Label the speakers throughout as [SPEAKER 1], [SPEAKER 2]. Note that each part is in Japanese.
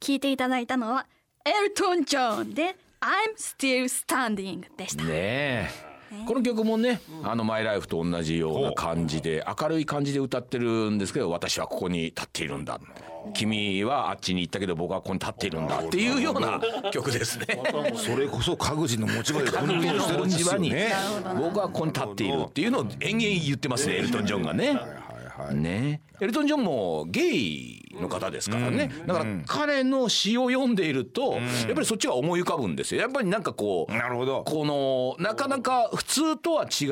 [SPEAKER 1] 聞いていただいたのはエルトン・ジョンで I'm Still Standing でした、
[SPEAKER 2] ねえこの曲もね、あのマイライフと同じような感じで明るい感じで歌ってるんですけど私はここに立っているんだ君はあっちに行ったけど僕はここに立っているんだっていうような曲ですね。
[SPEAKER 3] それこそ各自の持ち場で奮闘してるんですよね。
[SPEAKER 2] 僕はここに立っているっていうのを延々言ってますねエルトン・ジョンがね。ね、エルトン・ジョンもゲイの方ですからね、だから彼の詩を読んでいると、やっぱりそっちが思い浮かぶんですよやっぱりなんかこう
[SPEAKER 3] なるほど
[SPEAKER 2] このなかなか普通とは違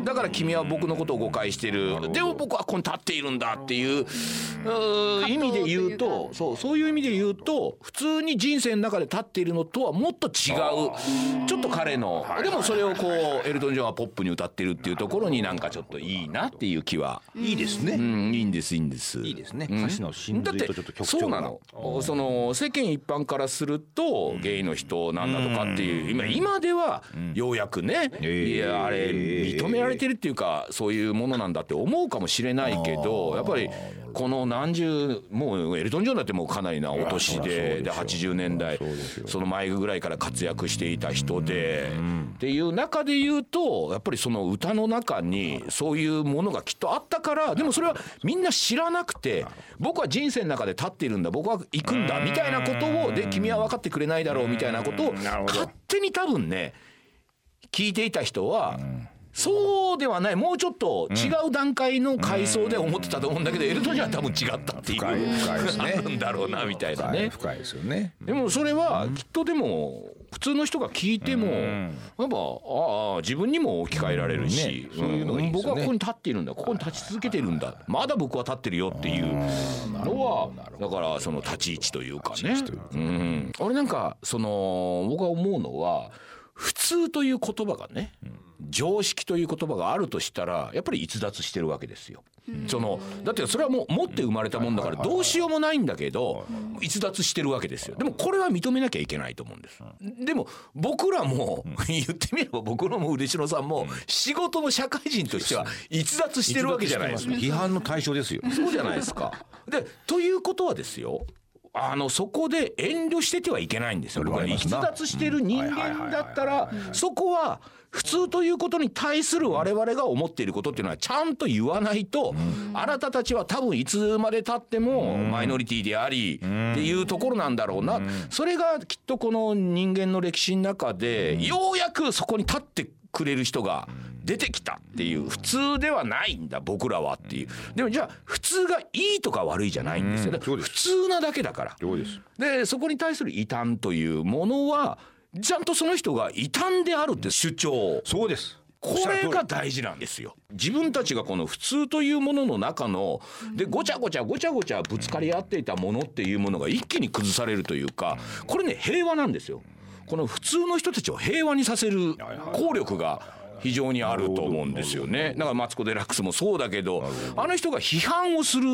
[SPEAKER 2] うだから君は僕のことを誤解してるでも僕はここに立っているんだっていううー意味で言うとそうそういう意味で言うと普通に人生の中で立っているのとはもっと違うちょっと彼のでもそれをこうエルトン・ジョンがポップに歌ってるっていうところになんかちょっといいなっていう気は。
[SPEAKER 3] いいです
[SPEAKER 2] う
[SPEAKER 3] ね。
[SPEAKER 2] ん、いいんですいいんです
[SPEAKER 3] いいですね
[SPEAKER 2] うん
[SPEAKER 3] 歌詞の真髄とちょっと曲調が
[SPEAKER 2] だってそうなのその世間一般からするとゲイの人なんだとかっていう今今ではようやくねいやあれ認められてるっていうかそういうものなんだって思うかもしれないけどやっぱりこの何十もうエルトン・ジョンだってもうかなりなお年でで80年代その前ぐらいから活躍していた人でっていう中で言うとやっぱりその歌の中にそういうものがきっとあったからでもそれはみんな知らなくて僕は人生の中で立っているんだ僕は行くんだみたいなことをで君は分かってくれないだろうみたいなことを勝手に多分ね聞いていた人は、そうではないもうちょっと違う段階の階層で思ってたと思うんだけど、エルトンには多分違ったっていう
[SPEAKER 3] 深い深いですね
[SPEAKER 2] あるんだろうなみたいなね。
[SPEAKER 3] 深いですよね。
[SPEAKER 2] でもそれはきっとでも普通の人が聞いてもやっぱああ自分にも置き換えられるし、
[SPEAKER 3] そういうのがいいです
[SPEAKER 2] 僕
[SPEAKER 3] よね
[SPEAKER 2] はここに立っているんだここに立ち続けているんだまだ僕は立ってるよっていうのはだからその立ち位置というかねうん俺なんかその僕が思うのは普通という言葉がね常識という言葉があるとしたらやっぱり逸脱してるわけですよ。そのだってそれはもう持って生まれたもんだからどうしようもないんだけど逸脱してるわけですよ。でもこれは認めなきゃいけないと思うんです。でも僕らも 言ってみれば僕らも嬉野さんも仕事の社会人としては逸脱してるわけじゃないですか。
[SPEAKER 3] 批判の対象ですよ。
[SPEAKER 2] そうじゃない ですか。でということはですよあのそこで遠慮しててはいけないんですよ。僕は
[SPEAKER 3] わかります
[SPEAKER 2] 逸
[SPEAKER 3] な
[SPEAKER 2] 脱してる人間だった
[SPEAKER 3] うんはいはい
[SPEAKER 2] らそこは普通ということに対する我々が思っていることっていうのはちゃんと言わないと、あなたたちは多分いつまでたってもマイノリティでありっていうところなんだろうな、それがきっとこの人間の歴史の中でようやくそこに立ってくれる人が出てきたっていう普通ではないんだ僕らはっていうでもじゃあ普通がいいとか悪いじゃないんですよね
[SPEAKER 3] そうです
[SPEAKER 2] 普通なだけだから
[SPEAKER 3] そうです。
[SPEAKER 2] でそこに対する異端というものはちゃんとその人が異端であるって主張
[SPEAKER 3] そうです。
[SPEAKER 2] これが大事なんですよ自分たちがこの普通というものの中のでごちゃごちゃごちゃごちゃぶつかり合っていたものっていうものが一気に崩されるというかこれね平和なんですよこの普通の人たちを平和にさせる効力が非常にあると思うんですよね。だからマツコ・デラックスもそうだけど、あの人が批判をする、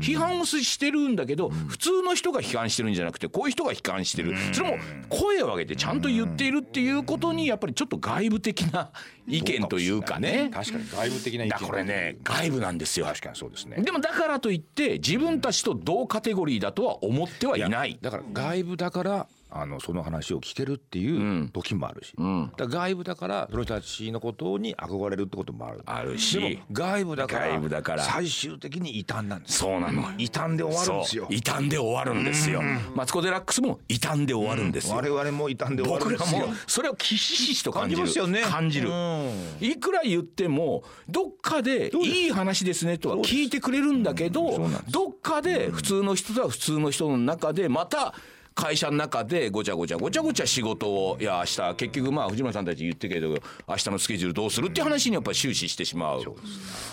[SPEAKER 2] 批判をしてるんだけど、普通の人が批判してるんじゃなくて、こういう人が批判してる。それも声を上げてちゃんと言っているっていうことに、やっぱりちょっと外部的な意見というかね。
[SPEAKER 3] 確かに外部的な意見。
[SPEAKER 2] だこれね、外部なんですよ。
[SPEAKER 3] 確かにそうですね。
[SPEAKER 2] でもだからといって、自分たちと同カテゴリーだとは思ってはいない。
[SPEAKER 3] だから外部だからあのその話を聞けるっていう時もあるし、だから外部だからその人たちのことに憧れるってこともある。
[SPEAKER 2] ある
[SPEAKER 3] で
[SPEAKER 2] し
[SPEAKER 3] も、外部だから
[SPEAKER 2] 外部だから
[SPEAKER 3] 最終的に異端なんです。
[SPEAKER 2] そうなのよ。
[SPEAKER 3] 異端で終わるんですよ
[SPEAKER 2] そう。異端で終わるんですよ。マツコ・デラックスも異端で終わるんですよ。
[SPEAKER 3] 我々も異端で終わる
[SPEAKER 2] 僕ら
[SPEAKER 3] んですよ。
[SPEAKER 2] もそれをきしひしと感じる
[SPEAKER 3] 感じますよね
[SPEAKER 2] 感じる
[SPEAKER 3] うん
[SPEAKER 2] いくら言ってもどっかでいい話ですねとは聞いてくれるんだけどどっかで普通の人とは普通の人の中でまた会社の中でごちゃごちゃごちゃごちゃ仕事をいや明日結局まあ藤村さんたち言ってけど明日のスケジュールどうするっていう話にやっぱ終始してしまうっ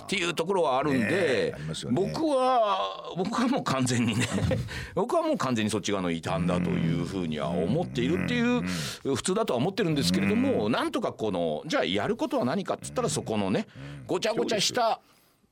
[SPEAKER 2] ていうところはあるん
[SPEAKER 3] え
[SPEAKER 2] で
[SPEAKER 3] ありますよね
[SPEAKER 2] 僕は僕はもう完全にね僕はもう完全にそっち側の異端だというふうには思っているっていう普通だとは思ってるんですけれどもなんとかこのじゃあやることは何かっつったらそこのねごちゃごちゃした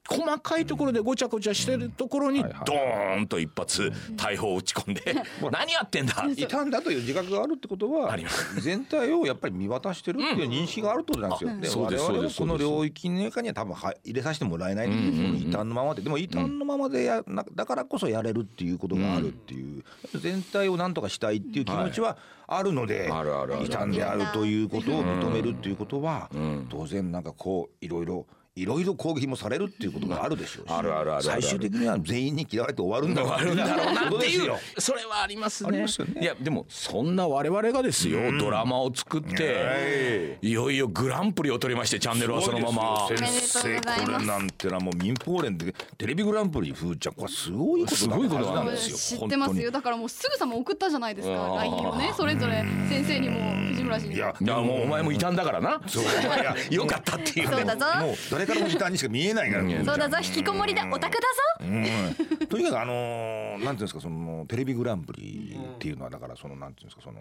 [SPEAKER 2] 細かいところでごちゃごちゃしてるところにドーンと一発大砲を打ち込んで「何やってんだ!」
[SPEAKER 3] いたんだという自覚があるってことは
[SPEAKER 2] ありま
[SPEAKER 3] 全体をやっぱり見渡してるっていう認識があるってことなんですよ。
[SPEAKER 2] うん
[SPEAKER 3] で
[SPEAKER 2] そうです
[SPEAKER 3] 我々
[SPEAKER 2] そう
[SPEAKER 3] は
[SPEAKER 2] です
[SPEAKER 3] この領域の中には多分は入れさせてもらえないんですよ、その異端のままででも異端のままでやなだからこそやれるっていうことがあるっていう、全体をなんとかしたいっていう気持ちはあるので、
[SPEAKER 2] あるあるある
[SPEAKER 3] 異端であるということを認めるっていうことは、当然なんかこういろいろいろいろ攻撃もされるっていうことがあるでしょうし、
[SPEAKER 2] あるあるあるある
[SPEAKER 3] 最終的には全員に嫌われて終わるんだろうな
[SPEAKER 2] っていうそれはありますね
[SPEAKER 3] ありますよね
[SPEAKER 2] いやでもそんな我々がですよ、ドラマを作って、いよいよグランプリを取りましてチャンネルはそのまま
[SPEAKER 3] 先
[SPEAKER 1] おめで
[SPEAKER 3] 生
[SPEAKER 1] とうございます
[SPEAKER 3] これなんてのはもう民放連でテレビグランプリ風ちゃんこれすごいことだ
[SPEAKER 2] すごいことなん
[SPEAKER 3] は
[SPEAKER 2] で
[SPEAKER 3] ず
[SPEAKER 1] 知ってますよだからもうすぐさま送ったじゃないですか
[SPEAKER 2] あー
[SPEAKER 1] LINE をねそれぞれ先生にも藤村氏に
[SPEAKER 3] 本当にい
[SPEAKER 1] も
[SPEAKER 3] や
[SPEAKER 2] いやもうお前も異端だからな、
[SPEAKER 3] そういや
[SPEAKER 2] よかったっていう
[SPEAKER 1] そうだぞ
[SPEAKER 3] もう誰からも時短にしか見えないから
[SPEAKER 2] うん
[SPEAKER 1] そうだぞ引きこもりだオタクだぞ
[SPEAKER 3] うんとにかくあのーなんていうんですかそのテレビグランプリっていうのはだからそのなんていうんですかその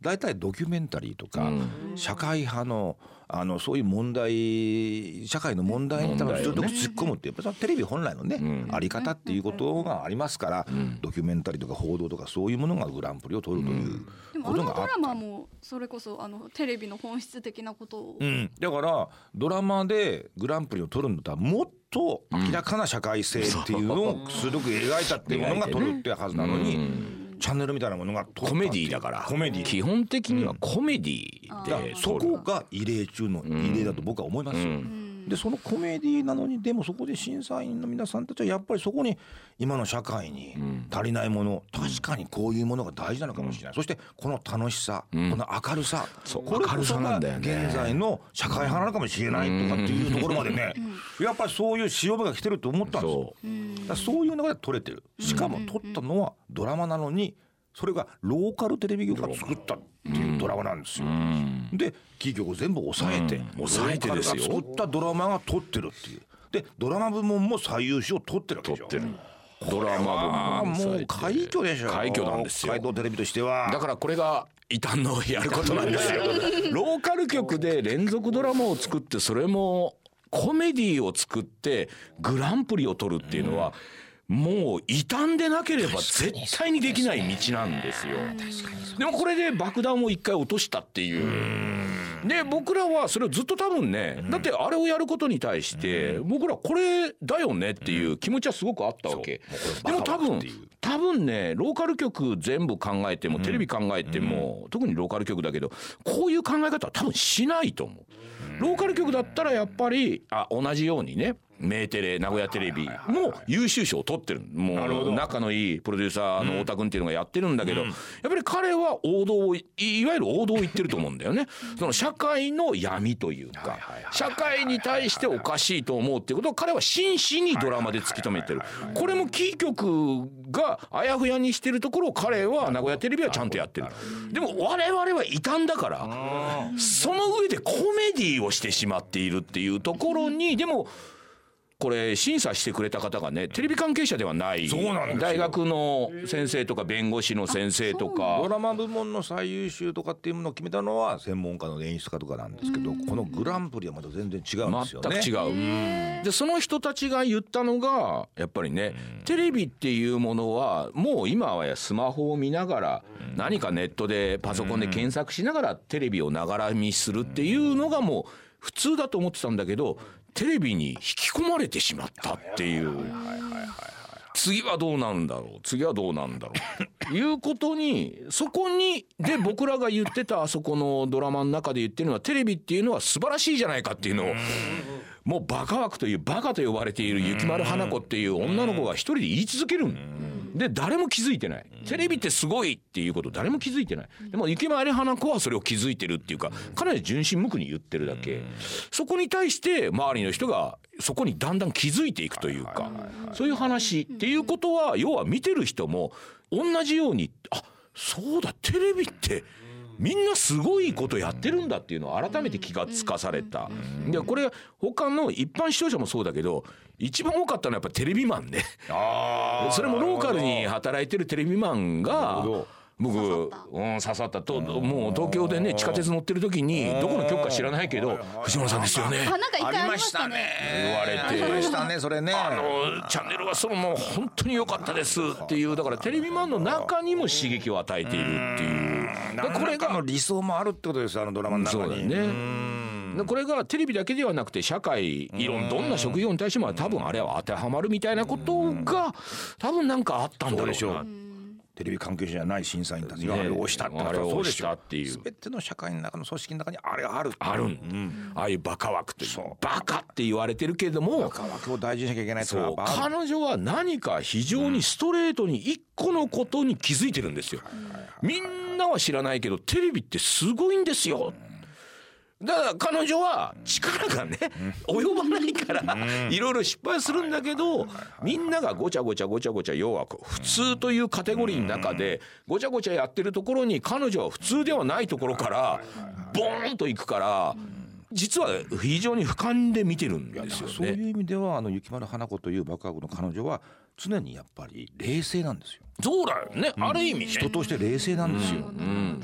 [SPEAKER 3] 大体ドキュメンタリーとか社会派のあのそういう問題社会の問題に多
[SPEAKER 2] 問
[SPEAKER 3] 分
[SPEAKER 2] 題
[SPEAKER 3] ちょ
[SPEAKER 2] を
[SPEAKER 3] っと
[SPEAKER 2] ね
[SPEAKER 3] 突っ込むってやっぱりテレビ本来のね、あり方っていうことがありますから、ドキュメンタリーとか報道とかそういうものがグランプリを取るという
[SPEAKER 1] でも
[SPEAKER 3] こ
[SPEAKER 1] あ
[SPEAKER 3] と
[SPEAKER 1] の
[SPEAKER 3] があ
[SPEAKER 1] ド
[SPEAKER 3] っ
[SPEAKER 1] ラマもそれこそあのテレビの本質的なことを
[SPEAKER 3] うん、だからドラマでグランプリを取るんだったらもっと明らかな社会性っていうのをすごく描いたっていうものが取るってはずなのに、チャンネルみたいなものが撮った
[SPEAKER 2] コメディだから
[SPEAKER 3] コメディ
[SPEAKER 2] 基本的にはコメディ
[SPEAKER 1] うん
[SPEAKER 2] で
[SPEAKER 1] あー
[SPEAKER 2] 撮
[SPEAKER 3] そ
[SPEAKER 2] る、
[SPEAKER 3] こが異例中の異例だと僕は思いますよ。でそのコメディなのにでもそこで審査員の皆さんたちはやっぱりそこに今の社会に足りないもの、確かにこういうものが大事なのかもしれない、そしてこの楽しさ、この明るさ
[SPEAKER 2] そう
[SPEAKER 3] これ
[SPEAKER 2] 明
[SPEAKER 3] こ
[SPEAKER 2] る
[SPEAKER 3] そ
[SPEAKER 2] さな
[SPEAKER 3] が
[SPEAKER 2] んだよ
[SPEAKER 3] 現
[SPEAKER 2] ね
[SPEAKER 3] 在の社会派なのかもしれないとかっていうところまでね、やっぱりそういう潮目が来てると思ったんですよ
[SPEAKER 2] そ。
[SPEAKER 3] だからそういう中で撮れてるしかも撮ったのはドラマなのにそれがローカルテレビ局が作ったっていうドラマなんですよ。で企業を全部抑えて、
[SPEAKER 2] うん抑えてですよ
[SPEAKER 3] ローカルが作ったドラマが撮ってるっていうでドラマ部門も最優秀を撮ってるわけでしょ。
[SPEAKER 2] 撮ってるドラマ
[SPEAKER 3] あ
[SPEAKER 2] 部
[SPEAKER 3] も
[SPEAKER 2] も
[SPEAKER 3] う快挙でしょ
[SPEAKER 2] 快挙なんですよ
[SPEAKER 3] 北海道テレビとしては
[SPEAKER 2] だからこれが異端のやることなん ですよ。ローカル局で連続ドラマを作ってそれもコメディを作ってグランプリを取るっていうのは、もう異端でなければ絶対にできない道なんですよ。でもこれで爆弾を一回落としたっていう。で僕らはそれをずっと多分ね、だってあれをやることに対して僕らこれだよねっていう気持ちはすごくあったわけ。でも
[SPEAKER 3] もうこれ
[SPEAKER 2] 多
[SPEAKER 3] バカバカっ
[SPEAKER 2] 分
[SPEAKER 3] ていう
[SPEAKER 2] 多分ねローカル局全部考えても、テレビ考えても、特にローカル局だけどこういう考え方は多分しないと思う。ローカル局だったらやっぱりあ同じようにねメーテレ名古屋テレビも優秀賞を取ってるも
[SPEAKER 3] なるほど
[SPEAKER 2] う仲のいいプロデューサーの太田君っていうのがやってるんだけど、やっぱり彼は王道をいいわゆる王道を言ってると思うんだよね。その社会の闇というか社会に対しておかしいと思うっていうことを彼は真摯にドラマで突き止めてるこれもキー局があやふやにしてるところを彼は名古屋テレビはちゃんとやってるでも我々は異端だからその上でコメディをしてしまっているっていうところにでもこれ審査してくれた方がねテレビ関係者ではない
[SPEAKER 3] そうなんですよ
[SPEAKER 2] 大学の先生とか弁護士の先生とか
[SPEAKER 3] ドラマ部門の最優秀とかっていうものを決めたのは専門家の演出家とかなんですけど、このグランプリはまた全然違うんですよね。
[SPEAKER 2] 全く違う。でその人たちが言ったのがやっぱりね、テレビっていうものはもう今はやスマホを見ながら、何かネットでパソコンで検索しながらテレビをながら見するっていうのがもう普通だと思ってたんだけどテレビに引き込まれてしまったっていう。次はどうなんだろう次はどうなんだろうということにそこにで僕らが言ってたあそこのドラマの中で言ってるのはテレビっていうのは素晴らしいじゃないかっていうのをもうバカ枠というバカと呼ばれている雪丸花子っていう女の子が一人で言い続けるんで誰も気づいてないテレビってすごいっていうこと誰も気づいてないでも雪丸花子はそれを気づいてるっていうかかなり純真無垢に言ってるだけそこに対して周りの人がそこにだんだん気づいていくというかそういう話っていうことは要は見てる人も同じようにあそうだテレビってみんなすごいことやってるんだっていうのを改めて気がつかされた。でこれ他の一般視聴者もそうだけど一番多かったのはやっぱテレビマンね。
[SPEAKER 3] あ ー
[SPEAKER 2] それもローカルに働いてるテレビマン
[SPEAKER 3] なる
[SPEAKER 2] が
[SPEAKER 3] ほど。
[SPEAKER 2] 僕
[SPEAKER 1] 刺さった
[SPEAKER 2] うん、刺さったともう東京でね地下鉄乗ってる時にどこの局か知らないけど藤村さんですよね
[SPEAKER 1] あなんか一回ありましたね
[SPEAKER 2] ありましたね言われて
[SPEAKER 3] ありましたねそれね
[SPEAKER 2] あのチャンネルはそのもう本当に良かったですっていうだからテレビマンの中にも刺激を与えているっていうでこ
[SPEAKER 3] こ
[SPEAKER 2] れ
[SPEAKER 3] れが
[SPEAKER 2] が
[SPEAKER 3] の理想もあるってことですよあのドラマの
[SPEAKER 2] そ
[SPEAKER 3] 中
[SPEAKER 2] うだ
[SPEAKER 3] に
[SPEAKER 2] よねでこれがテレビだけではなくて社会いろんどんな職業に対しても多分あれは当てはまるみたいなことが多分なんかあったんだろうな
[SPEAKER 3] テレビ関係者じゃない審査員たちがあれを押したってこと
[SPEAKER 2] あれ
[SPEAKER 3] は
[SPEAKER 2] を
[SPEAKER 3] そう
[SPEAKER 2] 押
[SPEAKER 3] で
[SPEAKER 2] し
[SPEAKER 3] したょ
[SPEAKER 2] っていう
[SPEAKER 3] 全ての社会の中の組織の中にあれがある
[SPEAKER 2] あるん
[SPEAKER 3] うん
[SPEAKER 2] ああいうバカ枠という
[SPEAKER 3] そう
[SPEAKER 2] バカって言われてるけれども
[SPEAKER 3] 科学を大事にしなきゃいけないって
[SPEAKER 2] そ
[SPEAKER 3] の
[SPEAKER 2] う
[SPEAKER 3] はやっぱある
[SPEAKER 2] 彼女は何か非常にストレートに一個のことに気づいてるんですよ。みんなは知らないけどテレビってすごいんですよ。だから彼女は力がね及ばないからいろいろ失敗するんだけどみんながごちゃごちゃごちゃごちゃ要はこう普通というカテゴリーの中でごちゃごちゃやってるところに彼女は普通ではないところからボーンといくから実は非常に俯瞰で見てるんですよ
[SPEAKER 3] そう
[SPEAKER 2] ね。
[SPEAKER 3] いう意味ではあの雪丸花子という爆破の彼女は常にやっぱり冷静なんですよ
[SPEAKER 2] そうだよねある意味ね
[SPEAKER 3] 人として冷静なんですよ、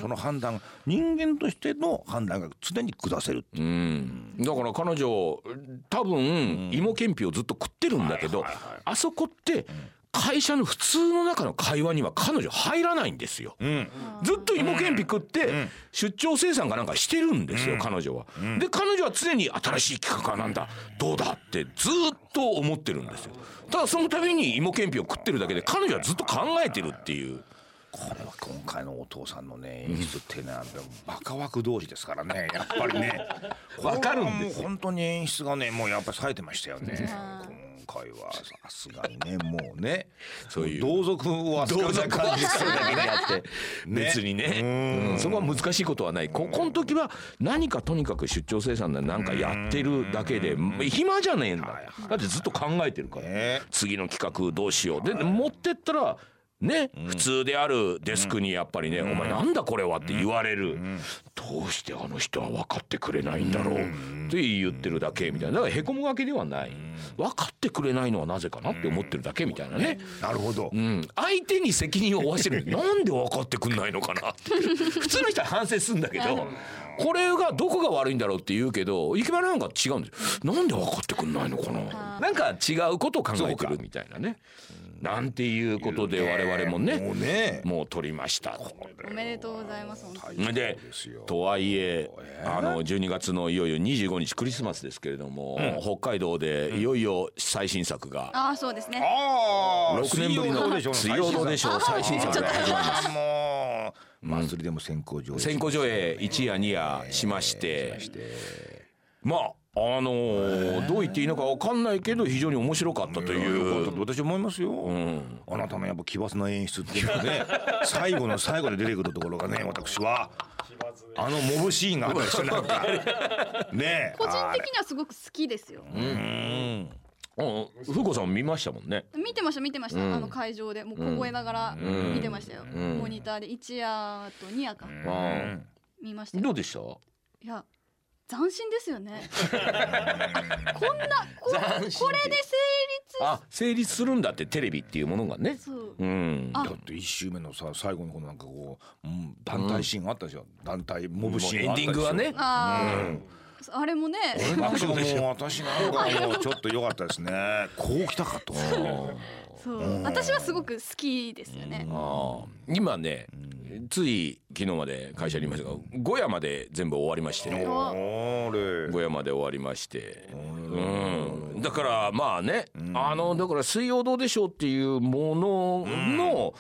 [SPEAKER 3] その判断人間としての判断が常に下せるっていう
[SPEAKER 2] うん、だから彼女多分芋けんぴをずっと食ってるんだけど、あそこって会社の普通の中の会話には彼女入らないんですよ。ずっと芋けんぴ食って出張生産かなんかしてるんですよ、彼女は。で彼女は常に新しい企画はなんだどうだってずっと思ってるんですよ。ただその度に芋けんぴを食ってるだけで彼女はずっと考えてるっていう。
[SPEAKER 3] これは今回のお父さんのね演出っていうのはバカ枠同士ですからね やっぱりね
[SPEAKER 2] わかるん
[SPEAKER 3] です本当に演出がねもうやっぱり冴えてましたよね今回はさすがにねもうね
[SPEAKER 2] そういう
[SPEAKER 3] 同族を扱う感じす るだけで
[SPEAKER 2] だって別にね、うんそこは難しいことはないここの時は何かとにかく出張生産で何かやってるだけで暇じゃねえんだだってずっと考えてるから、
[SPEAKER 3] ね
[SPEAKER 2] 次の企画どうしようで持ってったらね、普通であるデスクにやっぱりね「お前なんだこれは」って言われる、どうしてあの人は分かってくれないんだろうって言ってるだけみたいなだからへこむわけではない分かってくれないのはなぜかなって思ってるだけみたいなね、
[SPEAKER 3] なるほど
[SPEAKER 2] うん、相手に責任を負わ せるなんで分かってくんないのかなって普通の人は反省するんだけどこれがどこが悪いんだろうって言うけど雪丸なんか違うんですよなんで分かってくんないのかななんか違うことを考えてるみたいなねなんていうことで我々も
[SPEAKER 3] もう
[SPEAKER 2] ね
[SPEAKER 3] ね
[SPEAKER 2] もう取りました
[SPEAKER 1] おめでとうございます本当に
[SPEAKER 2] で
[SPEAKER 3] ですよ
[SPEAKER 2] とはいえあの12月のいよいよ25日クリスマスですけれども、北海道でいよいよ最新作が
[SPEAKER 1] ああそうですね
[SPEAKER 3] ああ
[SPEAKER 2] 6年ぶりの「水曜どうでしょう」最新作が始まります。
[SPEAKER 3] もう祭りでも先行上映
[SPEAKER 2] 先行上映一夜二夜しまして、まああのーどう言っていいのかわかんないけど非常に面白かったという
[SPEAKER 3] だと私思いますよ、あなたのやっぱ奇抜な演出っていうの はね最後の最後で出てくるところがね私はあのモブシーンがあったでしょなん かねえ
[SPEAKER 1] 個人的にはすごく好きですよ
[SPEAKER 2] うん風子さん見ましたもんね。
[SPEAKER 1] 見てました見てました、あの会場でもう凍えながら見てましたよ、モニターで一夜と二夜か
[SPEAKER 2] うん
[SPEAKER 1] 見ましたよ
[SPEAKER 2] どうでした
[SPEAKER 1] いや斬新ですよ ねこんなここれで成
[SPEAKER 2] あ成立するんだってテレビっていうものがね
[SPEAKER 1] 立。そう
[SPEAKER 2] うん
[SPEAKER 1] あ
[SPEAKER 3] だって一周目のさ最後のこのなんかこう、うん、団体シーンがあったでしょ団体モブシーン
[SPEAKER 2] エンディングはね
[SPEAKER 1] あー、あれもね
[SPEAKER 3] 爆笑もう私なんかもうちょっと良かったですねこう来た かと
[SPEAKER 1] そう私はすごく好きですよね
[SPEAKER 2] あー今ねつい昨日まで会社にいましたが5夜まで全部終わりましてね。
[SPEAKER 3] あれ
[SPEAKER 2] 小山で終わりまして、うん、だからまあね、あのだから「水曜どうでしょう」っていうものの、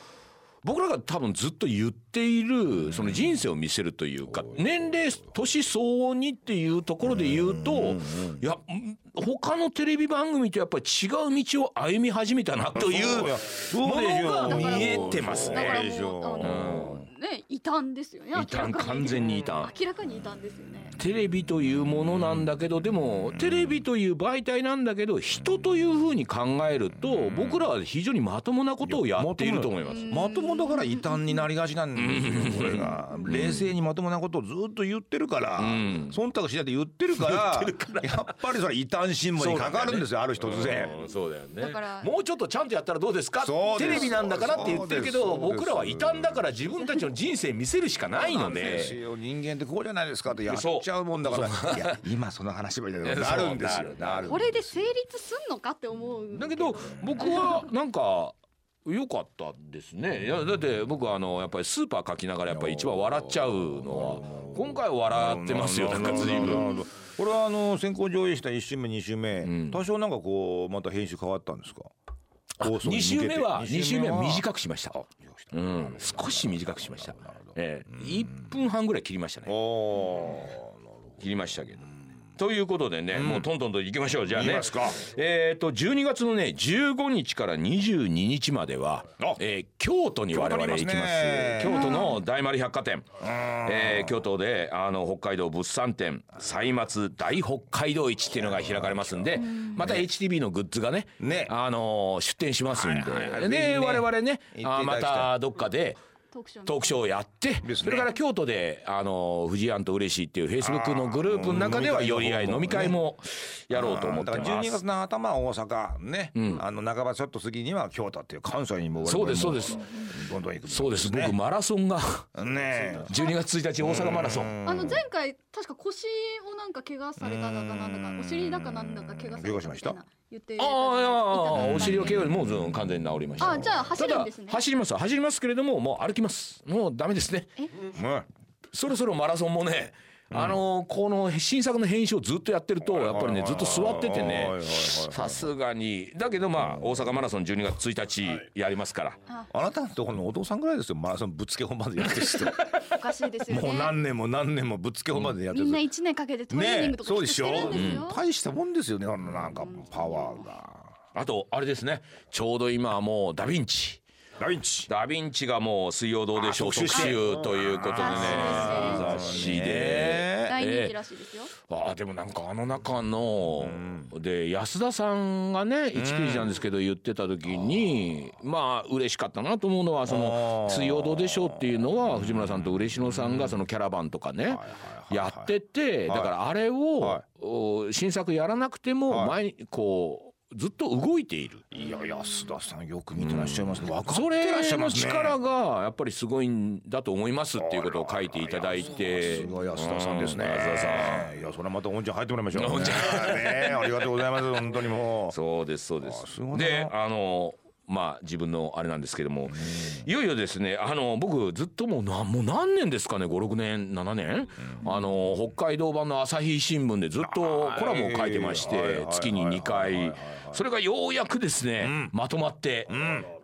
[SPEAKER 2] 僕らが多分ずっと言っているその人生を見せるというか年齢年相応にっていうところで言うといや他のテレビ番組とやっぱり違う道を歩み始めたなという
[SPEAKER 3] そうやそうでしょ
[SPEAKER 2] ものが見えてます
[SPEAKER 1] だから
[SPEAKER 2] ね。
[SPEAKER 1] もうあのねね異端ですよね
[SPEAKER 2] 異端
[SPEAKER 1] 明らか
[SPEAKER 2] 完全に異端
[SPEAKER 1] 明らかに異端ですよね
[SPEAKER 2] テレビというものなんだけどでもテレビという媒体なんだけど人というふうに考えると僕らは非常にまともなことをやっていると思います。
[SPEAKER 3] まともだから異端になりがちなんですよこれが冷静にまともなことをずっと言ってるから
[SPEAKER 2] ん
[SPEAKER 3] 忖度しないで言ってるからやっぱりそれは異端新聞にかかるんですよある日突然。
[SPEAKER 2] うんそうだよね
[SPEAKER 1] だから
[SPEAKER 2] もうちょっとちゃんとやったらどうですか
[SPEAKER 3] そうで
[SPEAKER 2] テ
[SPEAKER 3] す
[SPEAKER 2] レビなんだからって言ってるけ
[SPEAKER 3] そ
[SPEAKER 2] ど
[SPEAKER 3] うです
[SPEAKER 2] 僕らは異端だから自分たちの人生見せるしかないの
[SPEAKER 3] そうなん
[SPEAKER 2] で
[SPEAKER 3] ですよ人間ってこうじゃないですかってやっちゃうもんだからいや今その話みたいなことになるんですよ
[SPEAKER 2] そうなる
[SPEAKER 1] これで成立すんのかって思う
[SPEAKER 2] だけど僕はなんか良かったですねいやだって僕はあのやっぱりスーパー書きながらやっぱり一番笑っちゃうのは今回は笑ってますよなんか随分
[SPEAKER 3] 分これはあの先行上映した一週目二週目、
[SPEAKER 2] ん
[SPEAKER 3] 多少なんかこうまた編集変わったんですか放送に
[SPEAKER 2] 2
[SPEAKER 3] 向けて
[SPEAKER 2] 週目は2週目は短
[SPEAKER 3] く
[SPEAKER 2] くしました
[SPEAKER 3] した
[SPEAKER 2] うん少し短くしましたええ1分半ぐらい切りましたね
[SPEAKER 3] お
[SPEAKER 2] 切りましたけど。ということでね、もうトントンと行きましょうじゃあ
[SPEAKER 3] いき
[SPEAKER 2] ね
[SPEAKER 3] ますか
[SPEAKER 2] えっ、と12月のね15日から22日までは
[SPEAKER 3] あ、
[SPEAKER 2] えー京都に我々行きます
[SPEAKER 3] 京
[SPEAKER 2] 京
[SPEAKER 3] 都に
[SPEAKER 2] 都の大丸百貨店、えー京都であの北海道物産展歳末大北海道市っていうのが開かれますんでまた HTB のグッズがね
[SPEAKER 3] ね
[SPEAKER 2] あのー出店しますんで、
[SPEAKER 3] はいはいはい
[SPEAKER 2] で、
[SPEAKER 3] ぜひね
[SPEAKER 2] 我々ね
[SPEAKER 3] 行ってい
[SPEAKER 2] あーま
[SPEAKER 3] ただきたい
[SPEAKER 2] たどっかで
[SPEAKER 1] トークショー
[SPEAKER 2] トークショーをやって、
[SPEAKER 3] ね
[SPEAKER 2] それから京都であの藤井庵と嬉しいっていうフェイスブックのグループの中では
[SPEAKER 3] あー
[SPEAKER 2] 寄り合い飲
[SPEAKER 3] 飲
[SPEAKER 2] み
[SPEAKER 3] み
[SPEAKER 2] 会
[SPEAKER 3] 会
[SPEAKER 2] もやろうと思って
[SPEAKER 3] だから
[SPEAKER 2] ま
[SPEAKER 3] 12月
[SPEAKER 2] す。
[SPEAKER 3] の頭は大阪ね、あの半ばちょっと過ぎには京都っていう関西にも我々
[SPEAKER 2] そうですそう
[SPEAKER 3] も
[SPEAKER 2] です
[SPEAKER 3] どんどん行く
[SPEAKER 2] そうです。
[SPEAKER 3] ね
[SPEAKER 2] 僕マラソンが
[SPEAKER 3] ね
[SPEAKER 2] 12月1日大阪マラソン。
[SPEAKER 1] あの前回確か腰をなんか怪我されただかなんだかお尻だかなんだか怪我されたみたいな
[SPEAKER 3] 怪我しました
[SPEAKER 1] 言って
[SPEAKER 2] ああい
[SPEAKER 1] いた
[SPEAKER 2] やあ
[SPEAKER 1] だい
[SPEAKER 2] ー
[SPEAKER 1] て
[SPEAKER 2] お尻を怪我でもうずん完全に治りました。
[SPEAKER 1] あじゃあ走るんですね
[SPEAKER 2] ただ走ります走りますけれどももう歩きます。もうダメですね。
[SPEAKER 3] えね
[SPEAKER 2] そろそろマラソンもね。あのこの新作の編集をずっとやってるとやっぱりねずっと座ってて
[SPEAKER 3] はい
[SPEAKER 2] ね
[SPEAKER 3] はいはいはい
[SPEAKER 2] さすがにだけどまあ大阪マラソン12月1日やりますから
[SPEAKER 3] あなたのところのお父さんぐらいですよマラソンぶっつけ本番でやってる 人
[SPEAKER 1] おかしいですよ
[SPEAKER 3] もう
[SPEAKER 1] ね
[SPEAKER 3] 何年も何年もぶっつけ本番でやって
[SPEAKER 1] み
[SPEAKER 3] る
[SPEAKER 1] ん
[SPEAKER 3] 人
[SPEAKER 1] な一年かけてトレーニングとか
[SPEAKER 3] そうで
[SPEAKER 1] して
[SPEAKER 3] し
[SPEAKER 1] る
[SPEAKER 3] ょ、
[SPEAKER 1] んですよ、
[SPEAKER 3] 大したもんですよねあのなんかパワーが
[SPEAKER 2] あとあれですねちょうど今はもうダヴィンチ
[SPEAKER 3] ダインチ
[SPEAKER 2] ダヴィンチがもう「水曜どうでしょう」
[SPEAKER 3] あ
[SPEAKER 2] 特
[SPEAKER 3] 特集
[SPEAKER 2] 集ということでね
[SPEAKER 1] あ
[SPEAKER 2] 雑誌で。
[SPEAKER 1] 大人気らしいですよ、
[SPEAKER 2] あーでもなんかあの中の、で安田さんがね1ページなんですけど言ってた時に、まあ嬉しかったなと思うのはその「
[SPEAKER 3] あー
[SPEAKER 2] 水曜どうでしょう」っていうのは藤村さんと嬉野さんがそのキャラバンとかね
[SPEAKER 3] はい
[SPEAKER 2] やっててだからあれを
[SPEAKER 3] は
[SPEAKER 2] お新作やらなくても前にこうずっと動いている。
[SPEAKER 3] いや安田さんよく見てらっしゃいますね分かっ
[SPEAKER 2] そ
[SPEAKER 3] てらっし
[SPEAKER 2] れ
[SPEAKER 3] ゃいま
[SPEAKER 2] の
[SPEAKER 3] すね
[SPEAKER 2] 力がやっぱりすごいんだと思いますっていうことを書いていただいて
[SPEAKER 3] すごい安田さんですね
[SPEAKER 2] う安田さ
[SPEAKER 3] んいやそれはまたおんちゃん入ってもらいましょうおんちゃんねありがとうございます本当にも
[SPEAKER 2] んそうですそうです
[SPEAKER 3] あすごいな
[SPEAKER 2] であのまあ自分のあれなんですけどもいよいよですねあの僕ずっともうなもう何年ですかね56年7年あの北海道版の朝日新聞でずっとコラムを書いてまし
[SPEAKER 3] はいはいはい
[SPEAKER 2] て
[SPEAKER 3] はい
[SPEAKER 2] 月に2
[SPEAKER 3] はいはい
[SPEAKER 2] 回
[SPEAKER 3] はい
[SPEAKER 2] それがようやくですねまとまって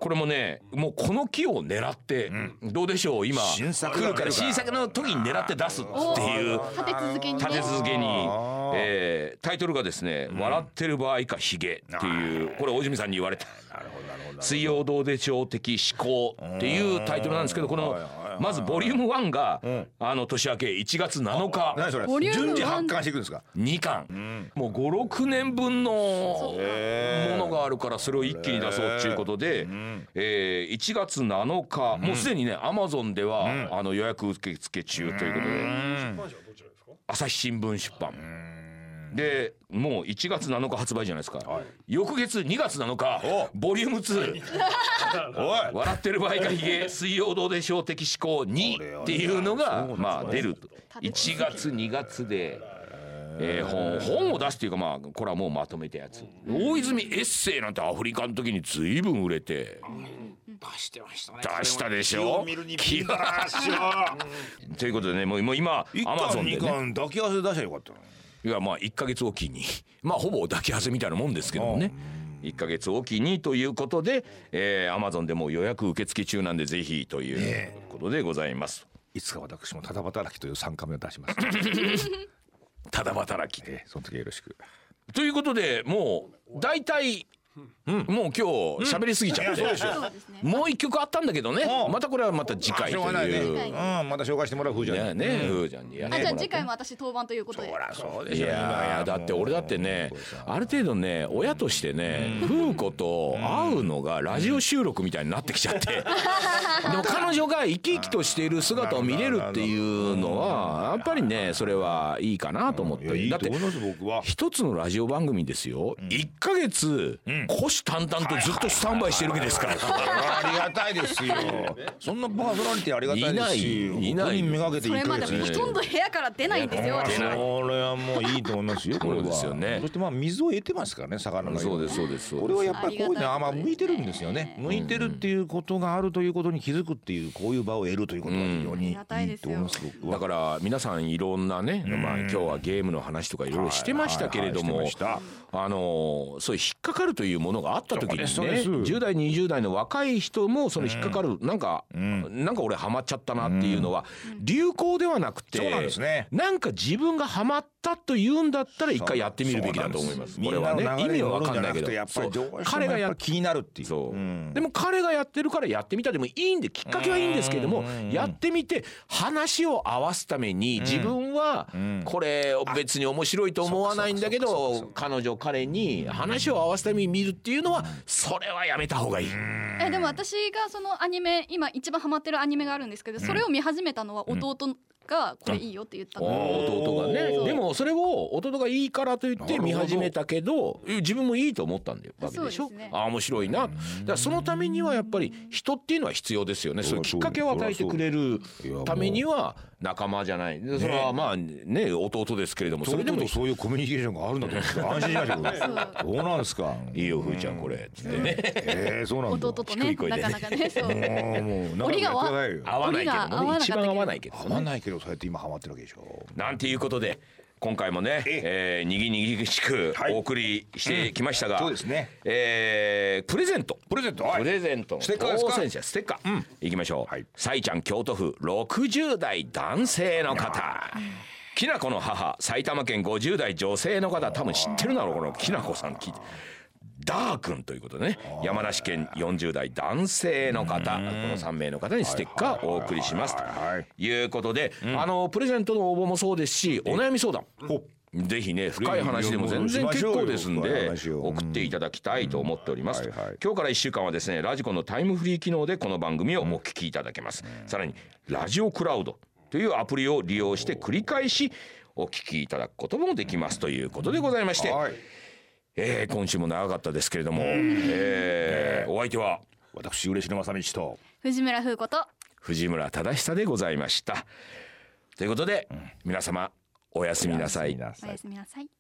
[SPEAKER 2] これもねもうこの木を狙ってどうでしょう今
[SPEAKER 3] 新作
[SPEAKER 2] 来
[SPEAKER 3] が
[SPEAKER 2] るから
[SPEAKER 3] 来るから
[SPEAKER 2] 新作の時に狙って出すっていう
[SPEAKER 1] お立て続けにね
[SPEAKER 2] 立て続けに
[SPEAKER 3] あー、
[SPEAKER 2] えータイトルがですね「笑ってる場合かヒゲ」っていうこれ大泉さんに言われた「水曜どうでしょう的思考」っていうタイトルなんですけどこの
[SPEAKER 3] はいはいはい
[SPEAKER 2] まずボリューム1があの年明け1月7
[SPEAKER 3] う何
[SPEAKER 2] 日
[SPEAKER 3] それ
[SPEAKER 1] ボリューム
[SPEAKER 3] 順次
[SPEAKER 1] ワン
[SPEAKER 3] 発刊していくんですか
[SPEAKER 2] 2巻もう56年分のものがあるからそれを一気に出そうっていうことでえー1月7日もうすでにねアマゾンではあの予約受付中ということで。朝日新聞出版でもう1月7日発売じゃないですか、翌月2月7日ボリューム2
[SPEAKER 3] おい
[SPEAKER 2] 笑ってる場合かひげ水曜どうでしょう的思考2っていうのがまあ出ると1月2月で。えー本本を出すっていうかまあこれはもうまとめたやつ大泉エッセイなんてアフリカの時に随分売れて
[SPEAKER 4] 出してましたね
[SPEAKER 2] 出したでしょ
[SPEAKER 3] 気がしよ
[SPEAKER 2] ということでねもうもう今
[SPEAKER 3] う一
[SPEAKER 2] アマゾ
[SPEAKER 3] 巻
[SPEAKER 2] ンで
[SPEAKER 3] 二
[SPEAKER 2] ね
[SPEAKER 3] 巻抱き合わせで出しゃよかったの
[SPEAKER 2] いやまあ1ヶ月おきに まあほぼ抱き合わせみたいなもんですけどもね1ヶ月おきにということで、えー、Amazon でもう予約受付中なんでぜひということでございます。
[SPEAKER 3] いつか私もただ働きという三巻目を出します
[SPEAKER 2] ただ働き
[SPEAKER 3] ええその時はよろしく
[SPEAKER 2] ということでもう大体もう今日喋りすぎちゃって、
[SPEAKER 1] そうですね
[SPEAKER 2] もう一曲あったんだけどね、
[SPEAKER 3] うん
[SPEAKER 2] またこれはまた次回
[SPEAKER 3] し
[SPEAKER 2] と
[SPEAKER 3] ょうがないね。
[SPEAKER 2] いうう。
[SPEAKER 3] ん、また紹介してもらう風じゃ
[SPEAKER 2] ね
[SPEAKER 3] ん。
[SPEAKER 2] ね、ふーちゃんにやって
[SPEAKER 1] あ
[SPEAKER 2] も
[SPEAKER 1] じゃ
[SPEAKER 2] ら
[SPEAKER 1] あ
[SPEAKER 2] って
[SPEAKER 1] 次回も私当番ということで
[SPEAKER 3] ほら、そうで
[SPEAKER 2] い
[SPEAKER 3] しょ。
[SPEAKER 2] やーだって俺だってねある程度ね親としてね風子と会うのがラジオ収録みたいになってきちゃってでも彼女が生き生きとしている姿を見れるっていうのはやっぱりねそれはいいかなと思っ
[SPEAKER 3] いやい
[SPEAKER 2] て
[SPEAKER 3] い
[SPEAKER 2] だっ
[SPEAKER 3] と
[SPEAKER 2] て
[SPEAKER 3] 思います 僕は。
[SPEAKER 2] 一つのラジオ番組ですよ1ヶ月虎視眈々とずっとスタンバイしてるわけですから。
[SPEAKER 3] ありがたいですよ。そんなパーソナリティありがたいですし、
[SPEAKER 2] いないいない
[SPEAKER 3] 本当にめがけてい
[SPEAKER 1] そ
[SPEAKER 3] く
[SPEAKER 1] れまで
[SPEAKER 3] ですね
[SPEAKER 1] ほとんど部屋から出ないんですよ
[SPEAKER 3] あ
[SPEAKER 1] 私
[SPEAKER 3] そ
[SPEAKER 1] は
[SPEAKER 3] れはもういいと思いますよ。これ
[SPEAKER 2] そ
[SPEAKER 3] は
[SPEAKER 2] うですよね
[SPEAKER 3] そしてまあ水を得てますからね、魚の。
[SPEAKER 2] そうですそうですそうです
[SPEAKER 3] これはやっぱりこういうのは
[SPEAKER 1] ありがたいこと
[SPEAKER 3] まあ
[SPEAKER 1] ですね
[SPEAKER 3] 向いてるんですよね。向いてるっていうことがあるということに気づくっていうこういう場を得るということは非常にいいと思います。僕
[SPEAKER 2] だ
[SPEAKER 3] は
[SPEAKER 2] から皆さんいろんなね、まあ、今日はゲームの話とかいろいろしてましたけれども、
[SPEAKER 3] はいはいはいしてまし
[SPEAKER 2] あのそういう引っかかるというものがあった時にね
[SPEAKER 3] そうですそうです
[SPEAKER 2] 10代20代の若い人もその引っかかる、なんか、なんか俺ハマっちゃったなっていうのは、流行ではなくて
[SPEAKER 3] そうなんですね
[SPEAKER 2] なんか自分がハマったというんだったら一回やってみるべきだと思います。
[SPEAKER 3] み
[SPEAKER 2] これ
[SPEAKER 3] ん
[SPEAKER 2] は
[SPEAKER 3] なの
[SPEAKER 2] ね
[SPEAKER 3] 流
[SPEAKER 2] 意味
[SPEAKER 3] れに乗
[SPEAKER 2] は
[SPEAKER 3] る
[SPEAKER 2] 分か
[SPEAKER 3] んじゃ
[SPEAKER 2] んない
[SPEAKER 3] な
[SPEAKER 2] け
[SPEAKER 3] く
[SPEAKER 2] ど
[SPEAKER 3] てやっぱ
[SPEAKER 2] そ
[SPEAKER 3] り
[SPEAKER 2] う
[SPEAKER 3] 上司
[SPEAKER 2] 彼
[SPEAKER 3] も
[SPEAKER 2] が
[SPEAKER 3] や
[SPEAKER 2] や
[SPEAKER 3] っ
[SPEAKER 2] っ
[SPEAKER 3] ぱ気になるっていう。
[SPEAKER 2] そう、
[SPEAKER 3] ん
[SPEAKER 2] でも彼がやってるからやってみたでもいいんできっかけはいいんですけども、やってみて話を合わすために自分はこれを別に面白いと思わないんだけど彼女彼に話を合わすために見るっていうのはそれはやめた方がいい。
[SPEAKER 1] えでも私がそのアニメ今一番ハマってるアニメがあるんですけどそれを見始めたのは弟がこれいいよって言ったので
[SPEAKER 2] 弟がねでもそれを弟がいいからと言って見始めたけど自分もいいと思ったんだよわけでし
[SPEAKER 1] そ
[SPEAKER 2] ょ
[SPEAKER 1] うですね
[SPEAKER 2] ああ面白いなだからそのためにはやっぱり人っていうのは必要ですよねそういうきっかけを与えてくれるためには仲間じゃないそれはまあね弟ですけれどもそ
[SPEAKER 3] そ
[SPEAKER 2] れで
[SPEAKER 3] れで
[SPEAKER 2] も
[SPEAKER 3] もそういうコミュニケーションがあるんだと思うんですよ安心しましょう
[SPEAKER 1] そ
[SPEAKER 3] そうなんですか。
[SPEAKER 2] いいよふーちゃんこれつってね
[SPEAKER 3] ええそうなんだ。
[SPEAKER 1] 弟とね
[SPEAKER 2] 低い声で
[SPEAKER 1] なかなかねそう
[SPEAKER 3] もうもう
[SPEAKER 1] 折りがわ
[SPEAKER 3] 仲良くやってくださいよ
[SPEAKER 2] 合わないけど
[SPEAKER 1] 折が合わ
[SPEAKER 2] ね
[SPEAKER 1] なかった
[SPEAKER 2] 一
[SPEAKER 1] けど
[SPEAKER 2] 番合わないけど
[SPEAKER 3] 合わないけどそうやって今ハマってるわけでしょ。
[SPEAKER 2] なんていうことで今回もね、えー、にぎにぎしく
[SPEAKER 3] はい
[SPEAKER 2] お送りしてきましたが、
[SPEAKER 3] うんそうですね
[SPEAKER 2] えープレゼント
[SPEAKER 3] プレゼントはい
[SPEAKER 2] プレゼントの
[SPEAKER 3] ステッカーですか
[SPEAKER 2] 当選者ステッカー、いきましょう、
[SPEAKER 3] はい
[SPEAKER 2] さいちゃん京都府60代男性の方きなこの母埼玉県50代女性の方多分知ってるだろうこのきなこさん聞いて。ダーくんということでね山梨県40代男性の方この3名の方にステッカーをお送りしますと
[SPEAKER 3] はいはい
[SPEAKER 2] いうことで、あのプレゼントの応募もそうですしお悩み相談ぜひね深い話でも全然結構ですん
[SPEAKER 3] いや
[SPEAKER 2] で
[SPEAKER 3] もうしましょうよ
[SPEAKER 2] 送っていただきたいと思っております、
[SPEAKER 3] うんはいはい
[SPEAKER 2] 今日から1週間はですねラジコンのタイムフリー機能でこの番組をお聞きいただけます、さらにラジオクラウドというアプリを利用して繰り返しお聞きいただくこともできますということでございまして、
[SPEAKER 3] はい。
[SPEAKER 2] えー今週も長かったですけれども、えーお相手は
[SPEAKER 3] 私嬉野正道と。
[SPEAKER 1] 藤村風子と
[SPEAKER 2] 藤村忠久でございましたということで、皆様おやすみなさい
[SPEAKER 1] おやすみなさい